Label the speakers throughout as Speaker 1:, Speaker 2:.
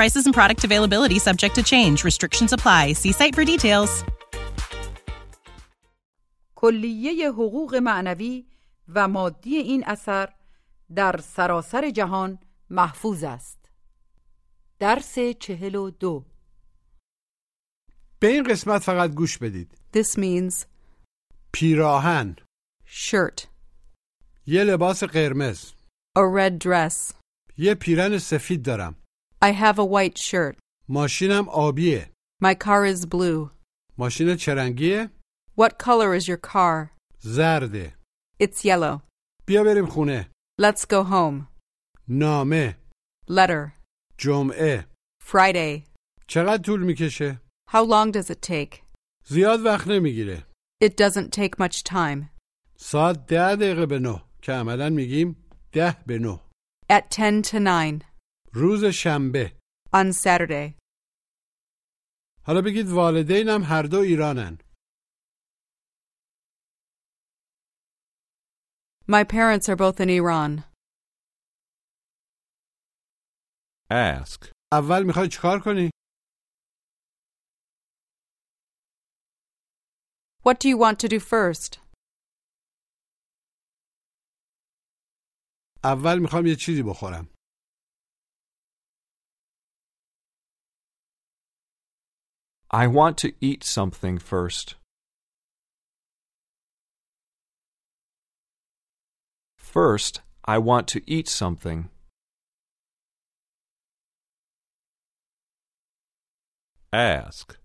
Speaker 1: Prices and product availability subject to change. Restrictions apply. See site for details.
Speaker 2: کلیه حقوق معنوی و مادی این اثر در سراسر جهان محفوظ است درس چهل و دو
Speaker 3: به این قسمت فقط گوش بدید
Speaker 4: This means
Speaker 3: پیراهن
Speaker 4: shirt,
Speaker 3: یه لباس قرمز
Speaker 4: a red dress.
Speaker 3: یه پیرن سفید دارم
Speaker 4: I have a white shirt.
Speaker 3: ماشینم آبیه
Speaker 4: My car is blue.
Speaker 3: ماشین چرنگیه
Speaker 4: What color is your car?
Speaker 3: زرده
Speaker 4: It's yellow.
Speaker 3: بیا بریم خونه
Speaker 4: Let's go home.
Speaker 3: نامه
Speaker 4: Letter.
Speaker 3: جمعه
Speaker 4: Friday.
Speaker 3: چقدر طول میکشه
Speaker 4: How long does it take?
Speaker 3: زیاد وقت نمیگیره
Speaker 4: It doesn't take much time.
Speaker 3: ساعت ده دقیقه به نه که عملا میگیم ده به نه
Speaker 4: At 10 to 9
Speaker 3: روز شنبه
Speaker 4: on Saturday.
Speaker 3: حالا بگید والدینم هر دو ایرانن
Speaker 4: My parents are both in Iran.
Speaker 5: Ask.
Speaker 3: اول میخوای چیکار کنی
Speaker 4: What do you want to do first?
Speaker 3: اول میخوام یه چیزی بخورم
Speaker 5: I want to eat something first. First, I want to eat something. Ask.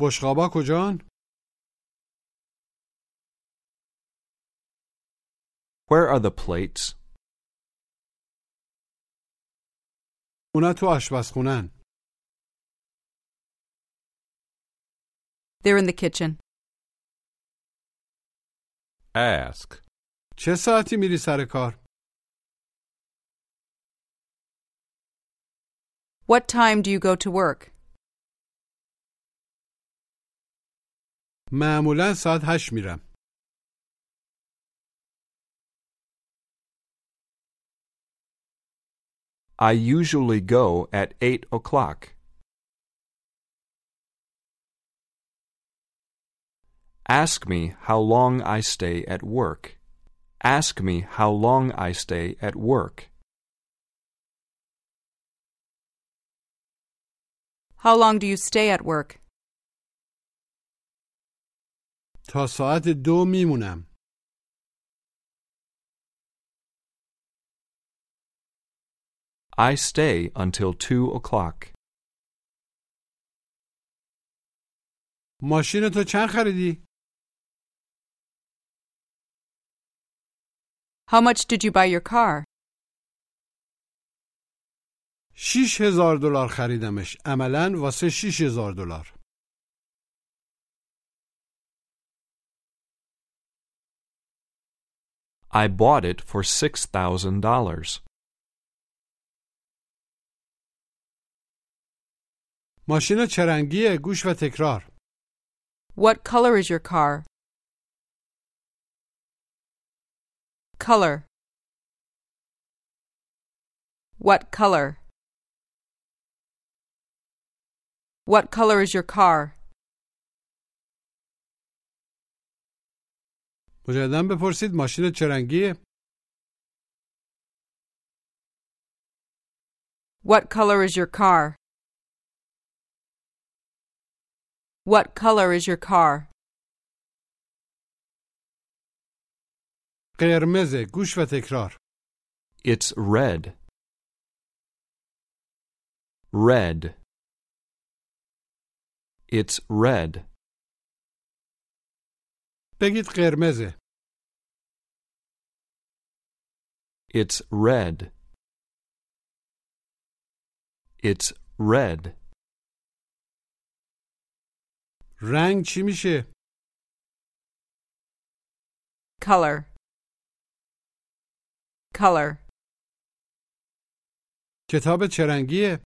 Speaker 3: بشقابا کجان
Speaker 5: Where are the plates?
Speaker 3: اونا تو آشپزخونن
Speaker 4: They're in the kitchen.
Speaker 5: Ask.
Speaker 3: چه ساعتی میری سر کار
Speaker 4: What time do you go to work?
Speaker 3: معمولا ساعت هشت میرم
Speaker 5: I usually go at eight o'clock. Ask me how long I stay at work. Ask me how long I stay at work.
Speaker 4: How long do you stay at work?
Speaker 3: تا ساعت دو میمونم
Speaker 5: I stay until two o'clock.
Speaker 3: ماشین تو چند خریدی؟
Speaker 4: How much did you buy your car?
Speaker 3: شیش هزار دلار خریدمش عملا واسه شیش هزار دلار
Speaker 5: I bought it for six thousand dollars.
Speaker 3: ماشین چرنگیه گوش و تکرار
Speaker 4: What color is your car? Color. What color? What color is your car?
Speaker 3: مجددا بپرسید ماشین چرنگیه
Speaker 4: What color is your car? What color is your car?
Speaker 3: قرمزه گوش و تکرار
Speaker 5: It's red. Red. It's red.
Speaker 3: بگید قرمزه
Speaker 5: It's red. It's Red.
Speaker 3: رنگ چی میشه؟
Speaker 4: color color
Speaker 3: کتاب چه رنگیه؟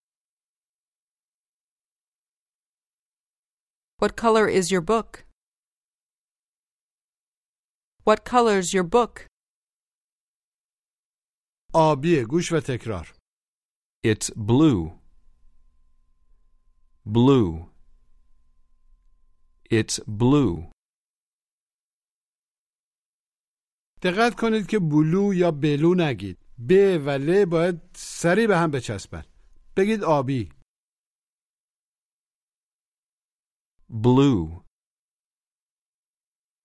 Speaker 4: What color is your book? What color's your book?
Speaker 3: آبیه گوش و تکرار
Speaker 5: It's blue. Blue. It's blue.
Speaker 3: دقت کنید که بلو یا بلو نگید ب و ل باید سریع به هم بچسبن بگید آبی
Speaker 5: Blue.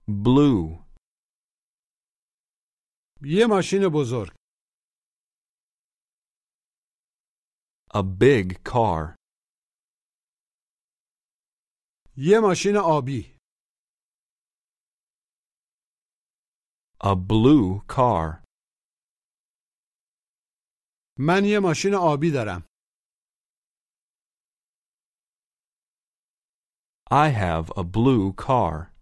Speaker 5: Blue.
Speaker 3: یه ماشین بزرگ
Speaker 5: A big car.
Speaker 3: یه ماشین آبی
Speaker 5: A blue car.
Speaker 3: من یه ماشین آبی دارم
Speaker 5: I have a blue car.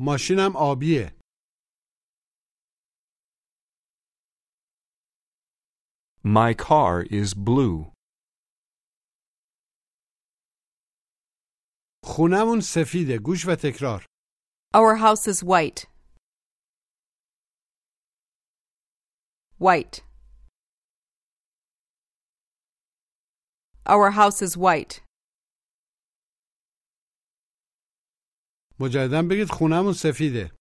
Speaker 3: ماشینم آبیه
Speaker 5: My car is blue.
Speaker 3: خونمون سفیده گوش و تکرار
Speaker 4: Our house is white. White. Our house is white.
Speaker 3: مجددا بگید خونمون سفیده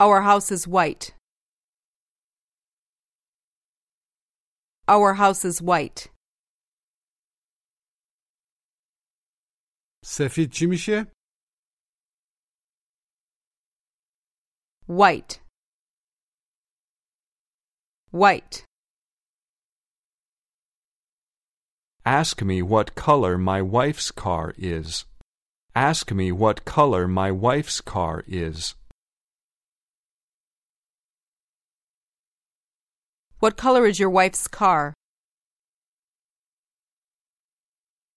Speaker 4: Our house is white. Our house is white.
Speaker 3: سفید چی میشه؟
Speaker 4: White. White.
Speaker 5: Ask me what color my wife's car is. Ask me what color my wife's car is.
Speaker 4: What color is your wife's car?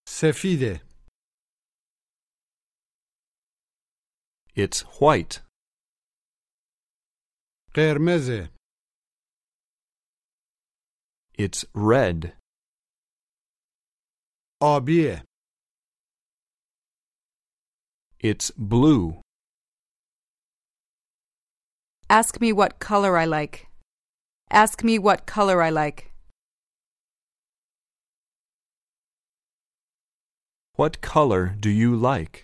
Speaker 3: سفیده
Speaker 5: It's white,
Speaker 3: قرمزه
Speaker 5: it's red,
Speaker 3: آبیه
Speaker 5: it's blue.
Speaker 4: Ask me what color I like. Ask me what color I like.
Speaker 5: What color do you like?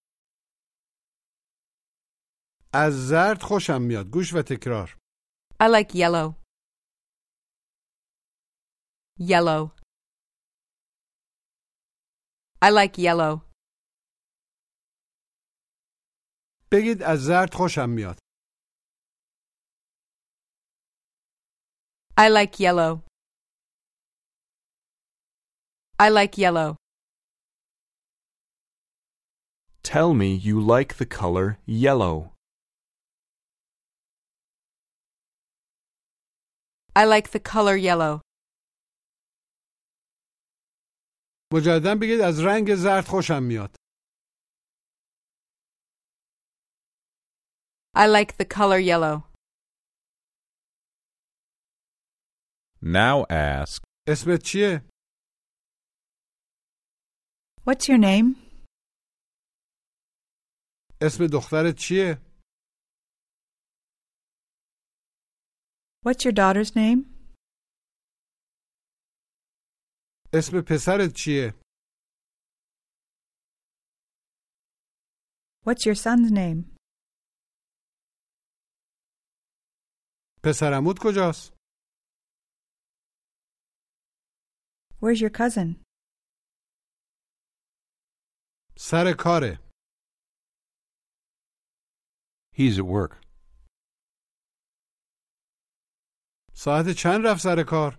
Speaker 3: از زرد خوشم میاد گوش و تکرار
Speaker 4: I like yellow. Yellow. I like yellow.
Speaker 3: بگید از زرد خوشم میاد
Speaker 4: I like yellow. I like yellow.
Speaker 5: Tell me you like the color yellow.
Speaker 4: I like the color yellow.
Speaker 3: مجددا بگید از رنگ زرد خوشم میاد
Speaker 4: I like the color yellow.
Speaker 6: Now ask,
Speaker 3: اسمت چیه؟
Speaker 7: What's your name?
Speaker 3: اسم دخترت چیه؟
Speaker 7: What's your daughter's name?
Speaker 3: اسم پسرت چیه؟
Speaker 7: What's your son's name?
Speaker 3: پسرمود کجاست؟
Speaker 7: Where's your cousin?
Speaker 3: سر کاره.
Speaker 8: He's at work.
Speaker 3: ساعت چند رفت سر کار؟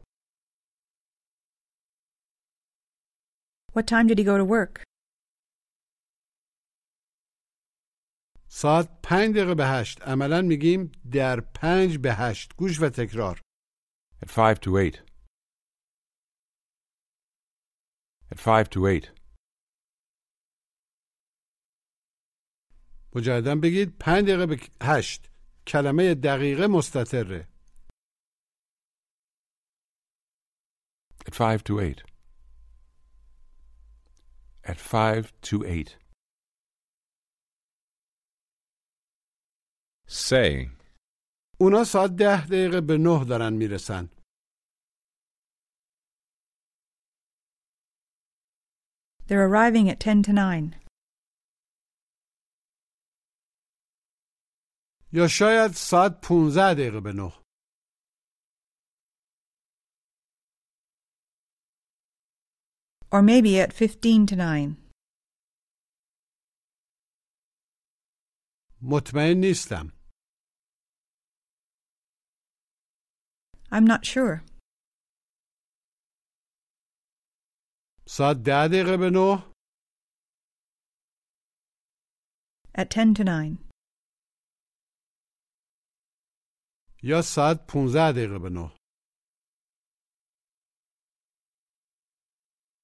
Speaker 7: What time did he go to work?
Speaker 3: ساعت پنج دقیقه به هشت. عملا میگیم در پنج به هشت. گوش و تکرار.
Speaker 8: At five to eight. At five to eight.
Speaker 3: مجددا بگید پنج دقیقه به هشت. کلمه دقیقه مستطره.
Speaker 8: At five to eight. At five to eight.
Speaker 6: Say.
Speaker 3: اونا ساعت ده دقیقه به نه دارن میرسن.
Speaker 7: They're arriving at 10 to 9.
Speaker 3: یا شاید ساعت 15 دقیقه به نه.
Speaker 7: Or maybe at 15 to 9.
Speaker 3: مطمئن نیستم.
Speaker 7: I'm not sure.
Speaker 3: ساعت ده دقیقه به نه.
Speaker 7: At 10 to 9.
Speaker 3: یا ساعت 15 دقیقه به نه.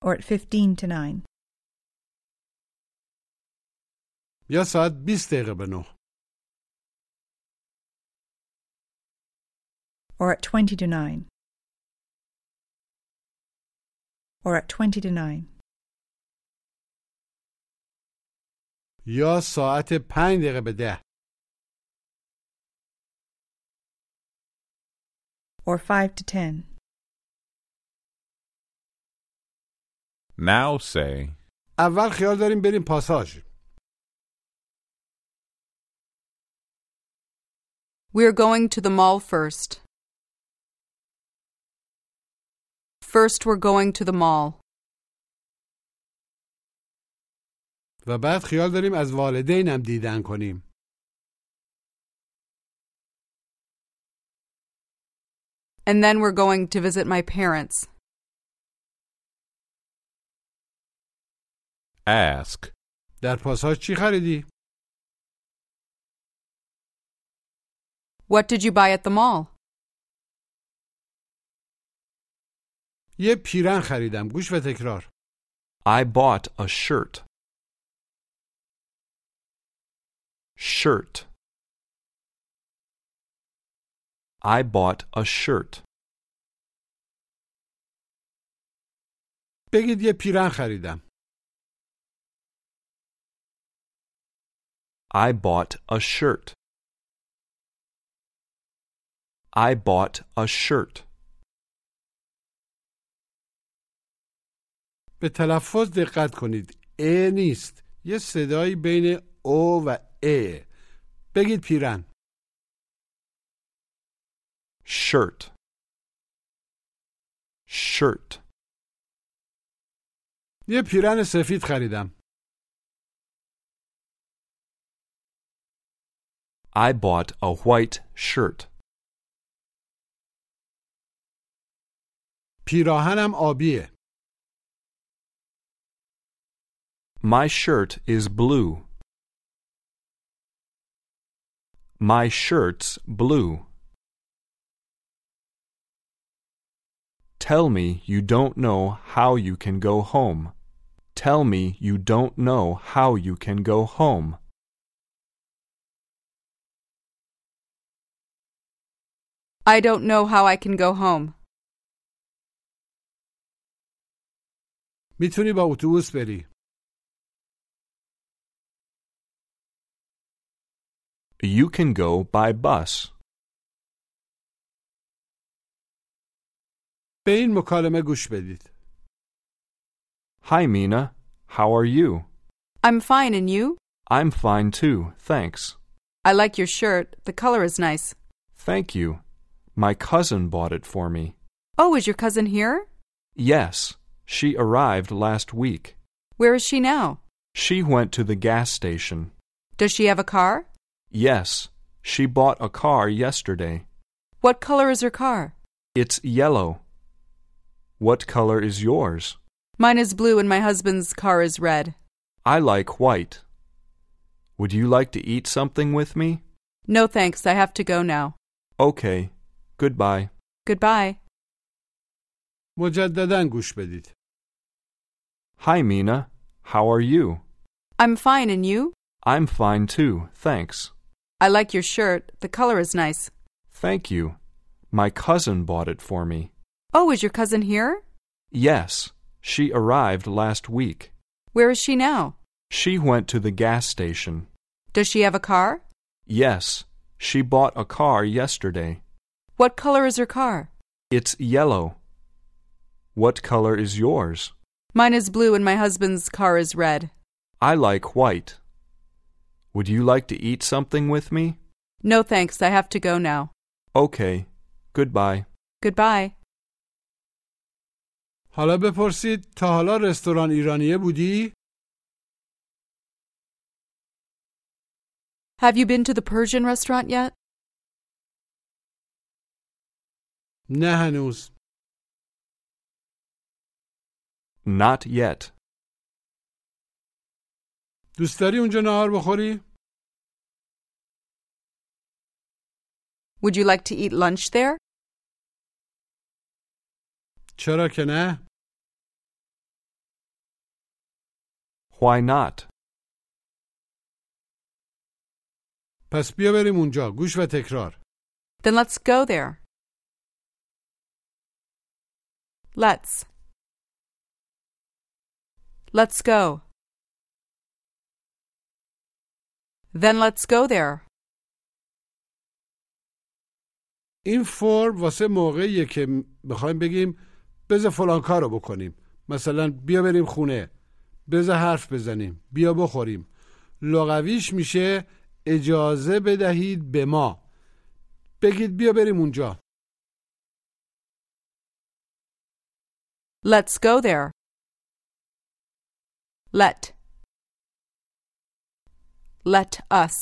Speaker 7: Or at 15 to 9.
Speaker 3: یا ساعت 20 دقیقه به نه.
Speaker 7: Or at 20 to 9. Or at 20 to 9.
Speaker 3: یا ساعت 5 دقیقه به ده.
Speaker 7: Or 5 to 10.
Speaker 6: Now say.
Speaker 3: اول خیال داریم بریم پاساژ.
Speaker 4: We're going to the mall first. First, we're going to the mall.
Speaker 3: و بعد خیال داریم از والدینم دیدن کنیم.
Speaker 4: And then we're going to visit my parents.
Speaker 6: Ask.
Speaker 3: در پاساژ چی خریدی؟
Speaker 4: What did you buy at the mall?
Speaker 3: یه پیرن خریدم. گوش و تکرار.
Speaker 5: I bought a shirt. Shirt. I bought a shirt.
Speaker 3: بگید یه پیرن خریدم.
Speaker 5: I bought a shirt. I bought a shirt.
Speaker 3: به تلفظ دقت کنید. ا نیست. یه صدایی بین او و ا. بگید پیرن.
Speaker 5: Shirt. Shirt.
Speaker 3: یه پیرن سفید خریدم.
Speaker 5: I bought a white shirt.
Speaker 3: پیراهنم آبیه.
Speaker 5: My shirt is blue. My shirt's blue. Tell me you don't know how you can go home. Tell me you don't know how you can go home.
Speaker 4: I don't know how I can go home.
Speaker 3: میتونی با اتوبوس بری.
Speaker 5: You can go by bus.
Speaker 3: به این مکالمه گوش بدید.
Speaker 5: Hi, Mina. How are you?
Speaker 4: I'm fine, and you?
Speaker 5: I'm fine too, thanks.
Speaker 4: I like your shirt. The color is nice.
Speaker 5: Thank you. My cousin bought it for me.
Speaker 4: Oh, is your cousin here?
Speaker 5: Yes, she arrived last week.
Speaker 4: Where is she now?
Speaker 5: She went to the gas station.
Speaker 4: Does she have a car?
Speaker 5: Yes, she bought a car yesterday.
Speaker 4: What color is her car?
Speaker 5: It's yellow. What color is yours?
Speaker 4: Mine is blue and my husband's car is red.
Speaker 5: I like white. Would you like to eat something with me?
Speaker 4: No thanks, I have to go now.
Speaker 5: Okay. Goodbye.
Speaker 4: Goodbye.
Speaker 3: مجددا گوش بدید
Speaker 5: Hi, Mina. How are you?
Speaker 4: I'm fine and you?
Speaker 5: I'm fine too, thanks.
Speaker 4: I like your shirt. The color is nice.
Speaker 5: Thank you. My cousin bought it for me.
Speaker 4: Oh, is your cousin here?
Speaker 5: Yes, she arrived last week.
Speaker 4: Where is she now?
Speaker 5: She went to the gas station.
Speaker 4: Does she have a car?
Speaker 5: Yes, she bought a car yesterday.
Speaker 4: What color is her car?
Speaker 5: It's yellow. What color is yours?
Speaker 4: Mine is blue and my husband's car is red.
Speaker 5: I like white. Would you like to eat something with me?
Speaker 4: No thanks, I have to go now.
Speaker 5: Okay. Goodbye.
Speaker 4: Goodbye.
Speaker 3: حالا بپرسید تا حالا رستوران ایرانیه بودی؟
Speaker 4: Have you been to the Persian restaurant yet?
Speaker 3: نه هنوز
Speaker 5: Not yet.
Speaker 3: دوست داری اونجا نهار بخوری؟
Speaker 4: Would you like to eat lunch there?
Speaker 3: چرا که نه؟
Speaker 5: Why not?
Speaker 3: پس بیا بریم اونجا گوش و تکرار
Speaker 4: Then let's go there. Let's. Let's go. Then let's go there.
Speaker 3: این فرم واسه موقعیه که بخوایم بگیم بذار فلان کار رو بکنیم مثلا بیا بریم خونه بذار حرف بزنیم بیا بخوریم لغویش میشه اجازه بدهید به ما بگید بیا بریم اونجا
Speaker 4: Let's go there. Let. Let us.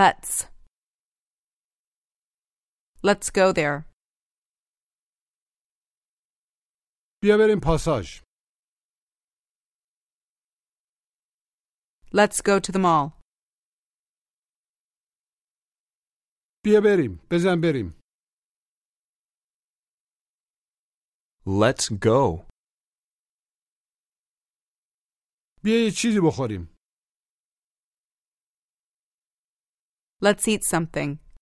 Speaker 4: Let's. Let's go there.
Speaker 3: بیا بریم پاساژ
Speaker 4: Let's go to the mall.
Speaker 3: بیا بریم بزن بریم
Speaker 5: Let's go.
Speaker 3: بیا یه چیزی بخوریم
Speaker 4: Let's eat something.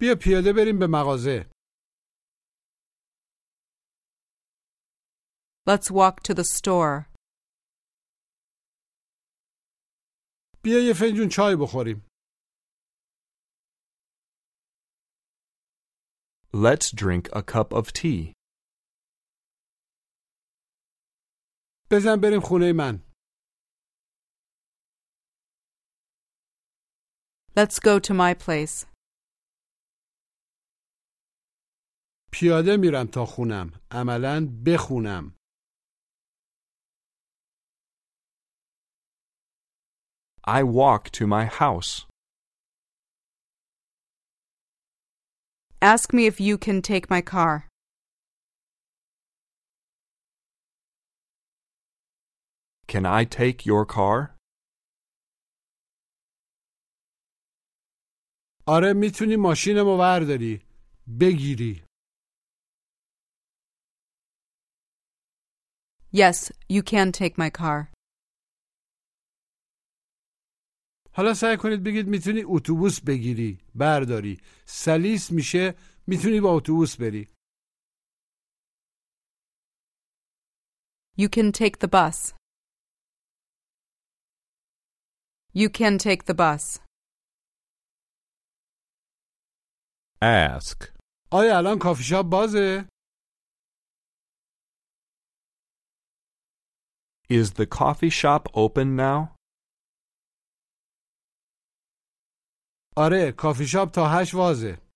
Speaker 3: بیا پیاده بریم به مغازه
Speaker 4: Let's walk to the store.
Speaker 3: بیا یه فنجون چای بخوریم
Speaker 5: Let's drink a cup of tea.
Speaker 3: بزن بریم خونه من
Speaker 4: Let's go to my place.
Speaker 3: پیاده میرم تا خونم عملا بخونم
Speaker 5: I walk to my house.
Speaker 4: Ask me if you can take my car.
Speaker 5: Can I take your car?
Speaker 3: آره میتونی ماشینمو ورداری بگیری
Speaker 4: Yes, you can take my car.
Speaker 3: حالا سعی کنید بگید میتونی اتوبوس بگیری برداری سلیس میشه میتونی با اتوبوس بری
Speaker 4: You can take the bus. You can take the bus.
Speaker 6: Ask.
Speaker 3: آیا الان کافی شاپ بازه
Speaker 5: Is the coffee shop open now?
Speaker 3: آره کافی شاپ تا هشت وازه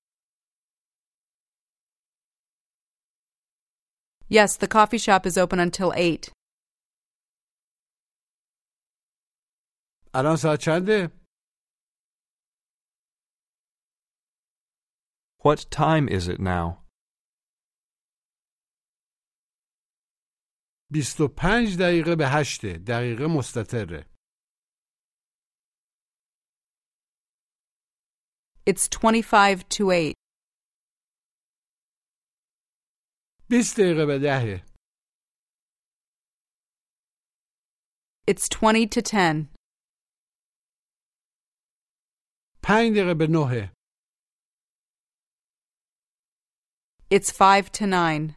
Speaker 4: Yes, the coffee shop is open until 8.
Speaker 3: الان ساعت چنده؟
Speaker 5: What time is it now?
Speaker 3: بیست و پنج دقیقه به هشته دقیقه مستطره
Speaker 4: It's 25 to 8.
Speaker 3: بیست دقیقه به دهه
Speaker 4: It's 20 to 10.
Speaker 3: پنج دقیقه به نهه
Speaker 4: It's 5 to 9.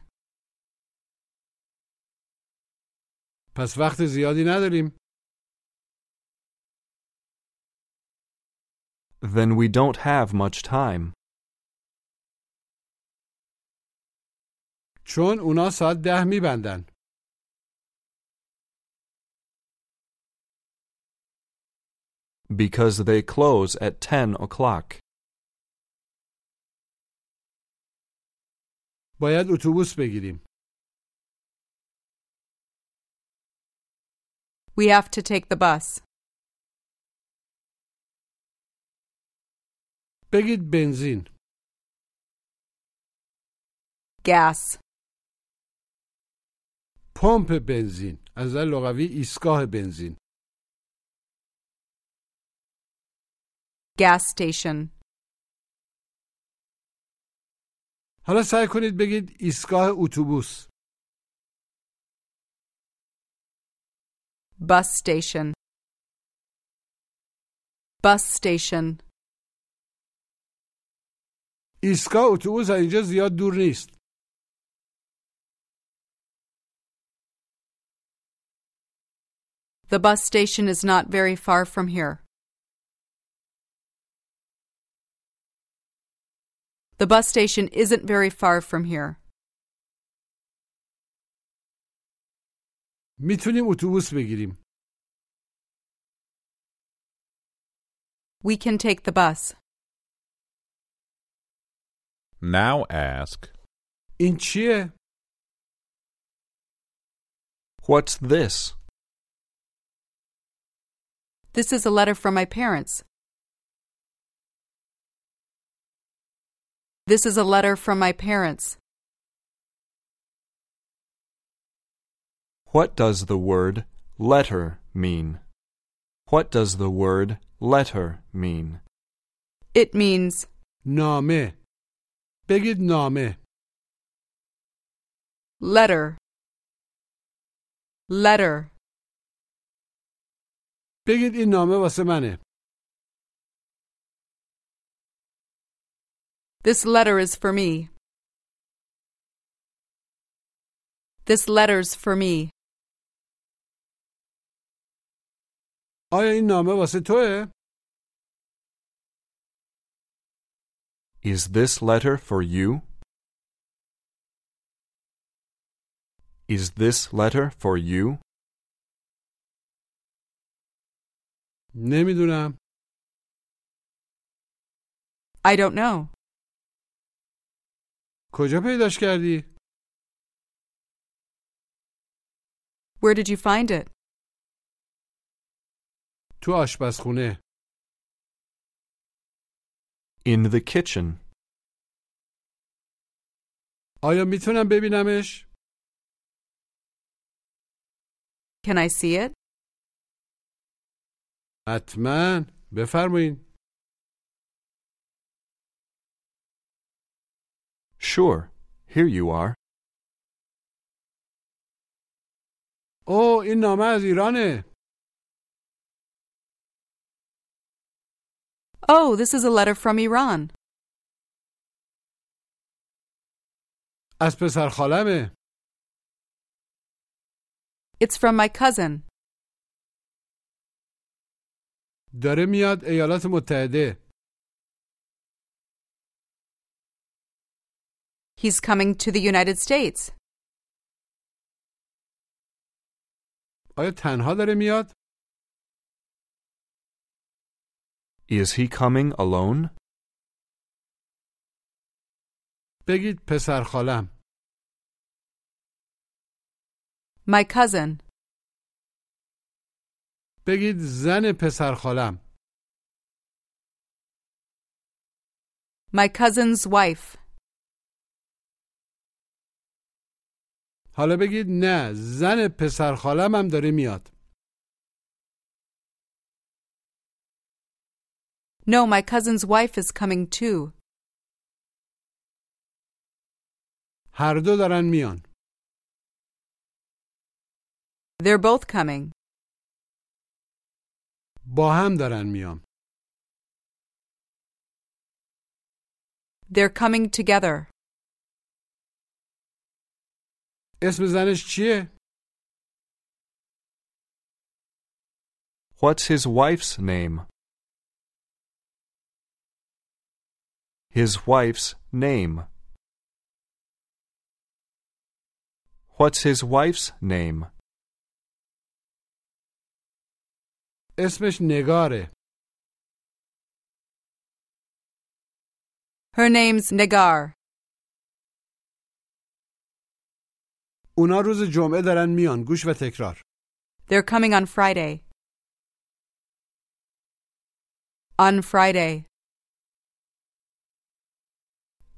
Speaker 3: پس وقت زیادی نداریم
Speaker 5: Then we don't have much time.
Speaker 3: چون اونا ساعت ده میبندن
Speaker 5: Because they close at 10 o'clock.
Speaker 3: باید اتوبوس بگیریم
Speaker 4: We have to take the bus.
Speaker 3: بگید بنزین
Speaker 4: Gas.
Speaker 3: پمپ بنزین از نظر لغوی ایستگاه بنزین
Speaker 4: Gas station.
Speaker 3: حالا سعی کنید بگید ایستگاه اتوبوس
Speaker 4: Bus station. Bus station.
Speaker 3: ایستگاه اتوبوس از اینجا زیاد دور نیست
Speaker 4: The bus station is not very far from here. The bus station isn't very far from here.
Speaker 3: میتونیم اتوبوس بگیریم
Speaker 4: We can take the bus.
Speaker 6: Now ask.
Speaker 3: این چیه
Speaker 5: What's this?
Speaker 4: This is a letter from my parents. This is a letter from my parents.
Speaker 5: What does the word letter mean? What does the word letter mean?
Speaker 4: It means
Speaker 3: نامه بگید نامه
Speaker 4: letter. Letter.
Speaker 3: بگید این نامه واسه منه
Speaker 4: This letter is for me. This letter's for me.
Speaker 3: آیا این نامه واسه توه؟
Speaker 5: Is this letter for you? Is this letter for you?
Speaker 3: نمیدونم
Speaker 4: I don't know.
Speaker 3: کجا پیداش کردی؟
Speaker 4: Where did you find it?
Speaker 3: تو آشپزخونه
Speaker 5: In the kitchen.
Speaker 3: آیا میتونم ببینمش؟
Speaker 4: Can I see it?
Speaker 3: حتما بفرمایین
Speaker 5: Sure. Here you are.
Speaker 3: او این نامه از ایرانه
Speaker 4: Oh, this is a letter from Iran.
Speaker 3: از پسر خالمه
Speaker 4: It's from my cousin.
Speaker 3: داره میاد ایالات متحده
Speaker 4: He's coming to the United States.
Speaker 3: آیا تنها داره میاد؟
Speaker 5: Is he coming alone?
Speaker 3: بگید پسر خالم
Speaker 4: My cousin.
Speaker 3: بگید زن پسر خالم
Speaker 4: My cousin's wife.
Speaker 3: حالا بگید نه زن پسر خالم هم داره میاد
Speaker 4: No, my cousin's wife is coming too.
Speaker 3: هر دو دارن میان
Speaker 4: They're both coming.
Speaker 3: با هم دارن میان
Speaker 4: They're coming together.
Speaker 3: اسم زنش چیه؟
Speaker 5: What's his wife's name? His wife's name. What's his wife's name?
Speaker 3: اسمش نگاره
Speaker 4: Her name's Nagar.
Speaker 3: اونا روز جمعه دارن میان گوش و تکرار
Speaker 4: They're coming on Friday. On Friday.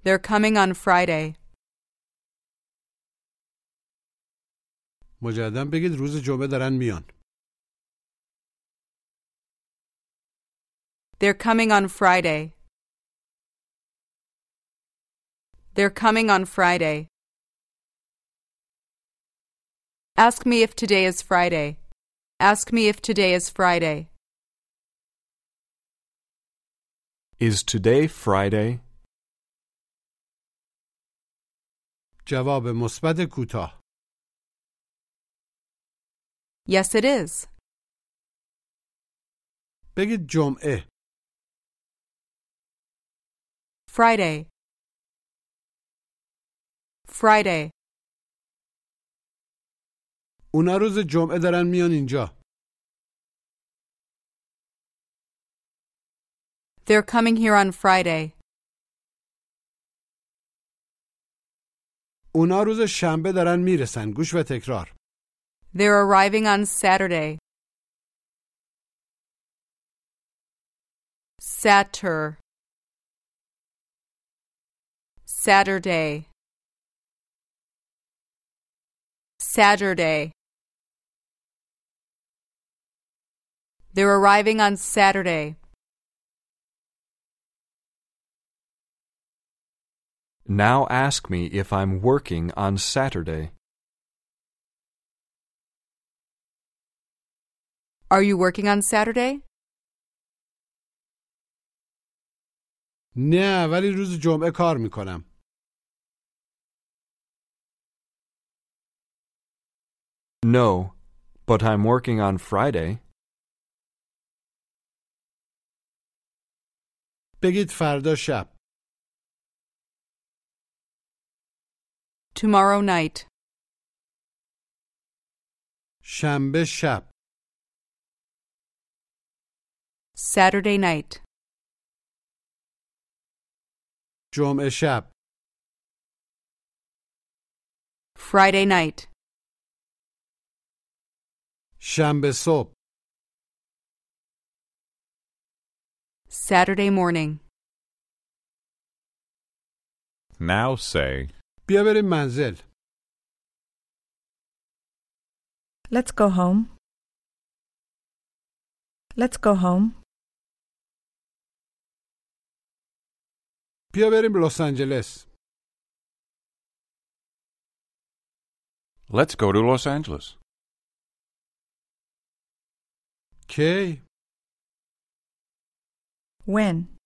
Speaker 4: They're coming on Friday.
Speaker 3: مجددا بگید روز جمعه دارن میان
Speaker 4: They're coming on Friday. They're coming on Friday. Ask me if today is Friday. Ask me if today is Friday.
Speaker 5: Is today Friday?
Speaker 3: جواب مثبت کوتاه
Speaker 4: Yes, it is.
Speaker 3: بگید جمعه
Speaker 4: Friday. Friday.
Speaker 3: اونا روز جمعه دارن میان اینجا
Speaker 4: They're coming here on Friday.
Speaker 3: اونا روز شنبه دارن میرسن گوش و تکرار
Speaker 4: They're arriving on Saturday. Satur. Saturday. Saturday. They're arriving on Saturday.
Speaker 5: Now ask me if I'm working on Saturday.
Speaker 4: Are you working on Saturday?
Speaker 3: نه ولی روز جمعه کار میکنم
Speaker 5: No, but I'm working on Friday.
Speaker 3: بگید فردا شب
Speaker 4: Tomorrow night.
Speaker 3: شنبه شب
Speaker 4: Saturday night.
Speaker 3: جمعه شب
Speaker 4: Friday night.
Speaker 3: شنبه صبح
Speaker 4: Saturday morning.
Speaker 6: Now say,
Speaker 3: بیا بریم منزل
Speaker 7: Let's go home. Let's go home.
Speaker 3: بیا بریم لس آنجلس
Speaker 8: Let's go to Los Angeles.
Speaker 3: کی
Speaker 7: When?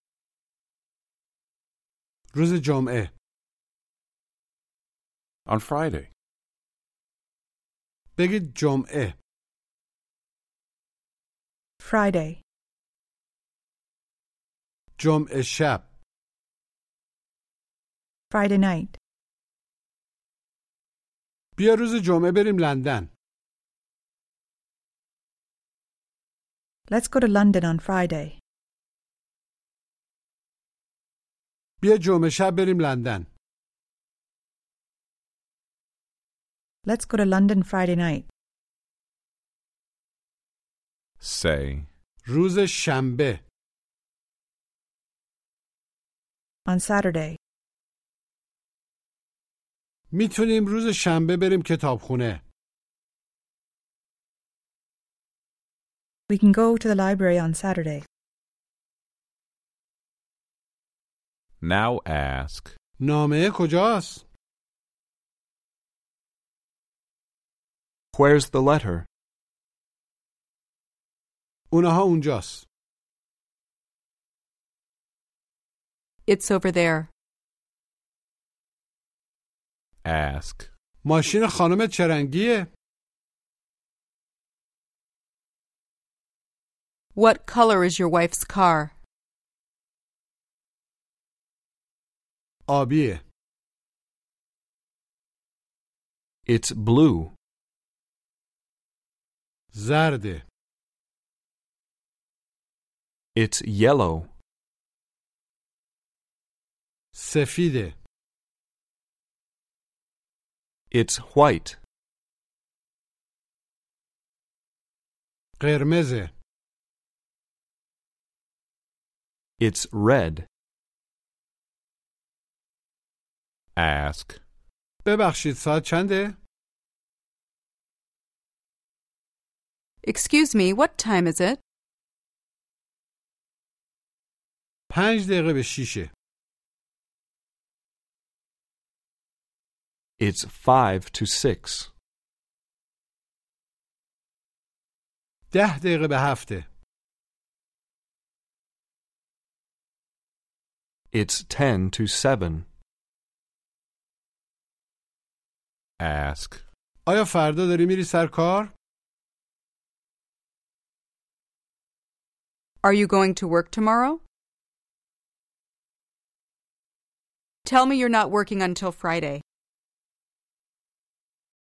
Speaker 3: روز جمعه
Speaker 8: On Friday.
Speaker 3: بگید جمعه
Speaker 7: Friday.
Speaker 3: جمعه شب
Speaker 7: Friday night.
Speaker 3: بیا روز جمعه بریم لندن
Speaker 7: Let's go to London on Friday.
Speaker 3: بیا جمعه شب بریم لندن.
Speaker 7: Let's go to London Friday night.
Speaker 6: say,
Speaker 3: روز شنبه،
Speaker 7: On Saturday.
Speaker 3: میتونیم روز شنبه بریم کتابخونه.
Speaker 7: We can go to the library on Saturday.
Speaker 6: now ask,
Speaker 3: نامه کجاست؟
Speaker 5: Where's the letter?
Speaker 3: اونها اونجاست.
Speaker 4: It's over there.
Speaker 6: ask,
Speaker 3: ماشین خانم چرنگیه؟
Speaker 4: What color is your wife's car?
Speaker 3: آبیه.
Speaker 5: It's blue.
Speaker 3: زرده.
Speaker 5: It's yellow.
Speaker 3: سفیده.
Speaker 5: It's white.
Speaker 3: قرمزه.
Speaker 5: It's red.
Speaker 6: ask,
Speaker 3: ببخشید ساعت چنده؟
Speaker 4: Excuse me, what time is it?
Speaker 3: پنج دقیقه به شیشه.
Speaker 5: It's five to six.
Speaker 3: ده دقیقه به هفته.
Speaker 5: It's ten to seven.
Speaker 6: ask,
Speaker 3: آیا فردا داری میری سر کار؟
Speaker 4: Are you going to work tomorrow? Tell me you're not working until Friday.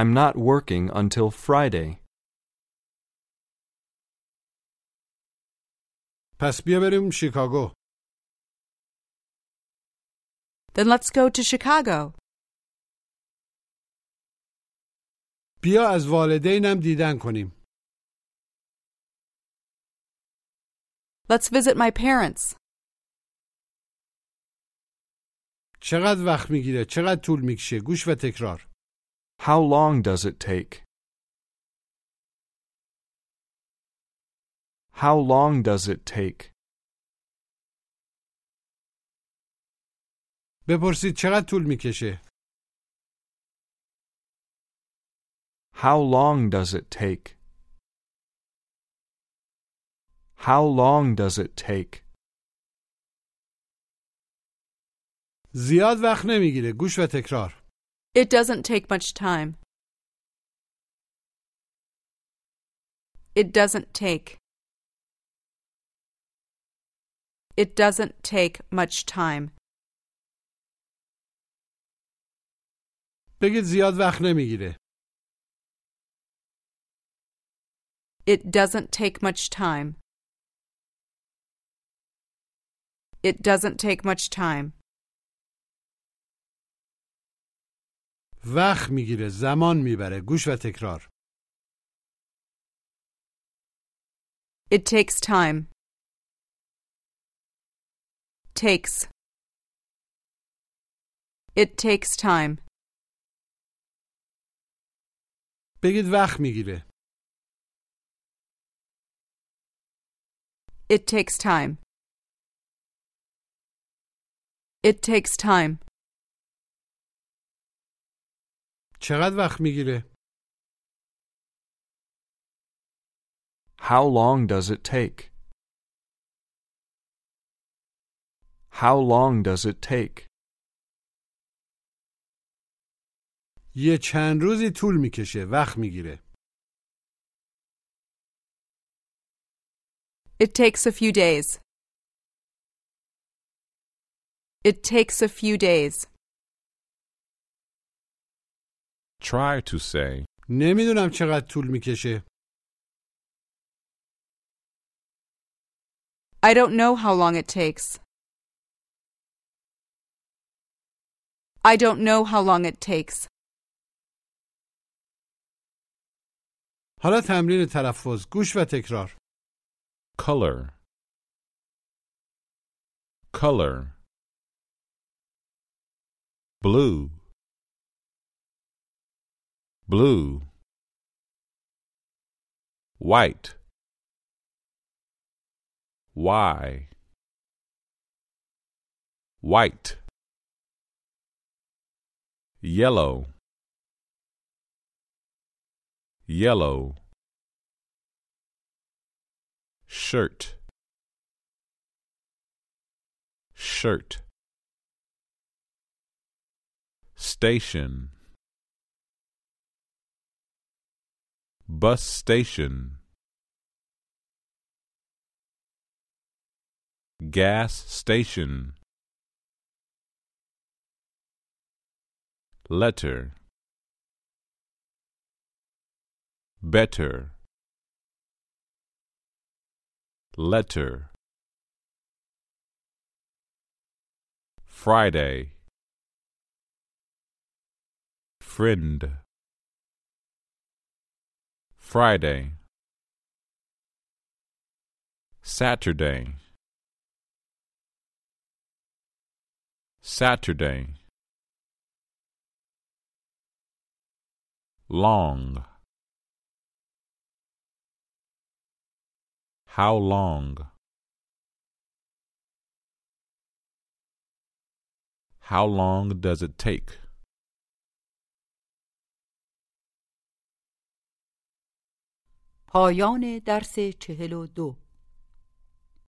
Speaker 5: I'm not working until Friday.
Speaker 3: پس بیا بریم شیکاگو.
Speaker 4: Then let's go to Chicago.
Speaker 3: بیا از والدینم دیدن کنیم.
Speaker 4: Let's visit my parents.
Speaker 3: چقدر وقت میگیره؟ چقدر طول میکشه؟ گوش و تکرار.
Speaker 5: How long does it take? How long does it take?
Speaker 3: بپرسید چقدر طول میکشه؟
Speaker 5: How long does it take? How long does it take?
Speaker 3: زیاد وقت نمیگیره. گوش و تکرار.
Speaker 4: It doesn't take much time. It doesn't take. It doesn't take much time.
Speaker 3: بگید زیاد وقت نمیگیره.
Speaker 4: It doesn't take much time. It doesn't take much time.
Speaker 3: وقت میگیره. زمان میبره. گوش و تکرار.
Speaker 4: It takes time. Takes. It takes time.
Speaker 3: بگید وقت میگیره.
Speaker 4: It takes time. It takes time.
Speaker 3: چقدر وقت میگیره؟
Speaker 5: How long does it take? How long does it take?
Speaker 3: یه چند روزی طول میکشه وقت میگیره
Speaker 4: It takes a few days. It takes a few days.
Speaker 6: Try to say.
Speaker 3: نمیدونم چقدر طول میکشه
Speaker 4: I don't know how long it takes. I don't know how long it takes.
Speaker 3: حالا تمرین تلفظ گوش و تکرار
Speaker 6: Color. Color. Blue. Blue. White. Why? White. Yellow. Yellow. Shirt. Shirt. Station. Bus station. Gas station. Letter. Better. Letter. Friday. Friend. Friday. Saturday. Saturday. Long. How long? How long does it take?
Speaker 2: پایان درس چهل و دو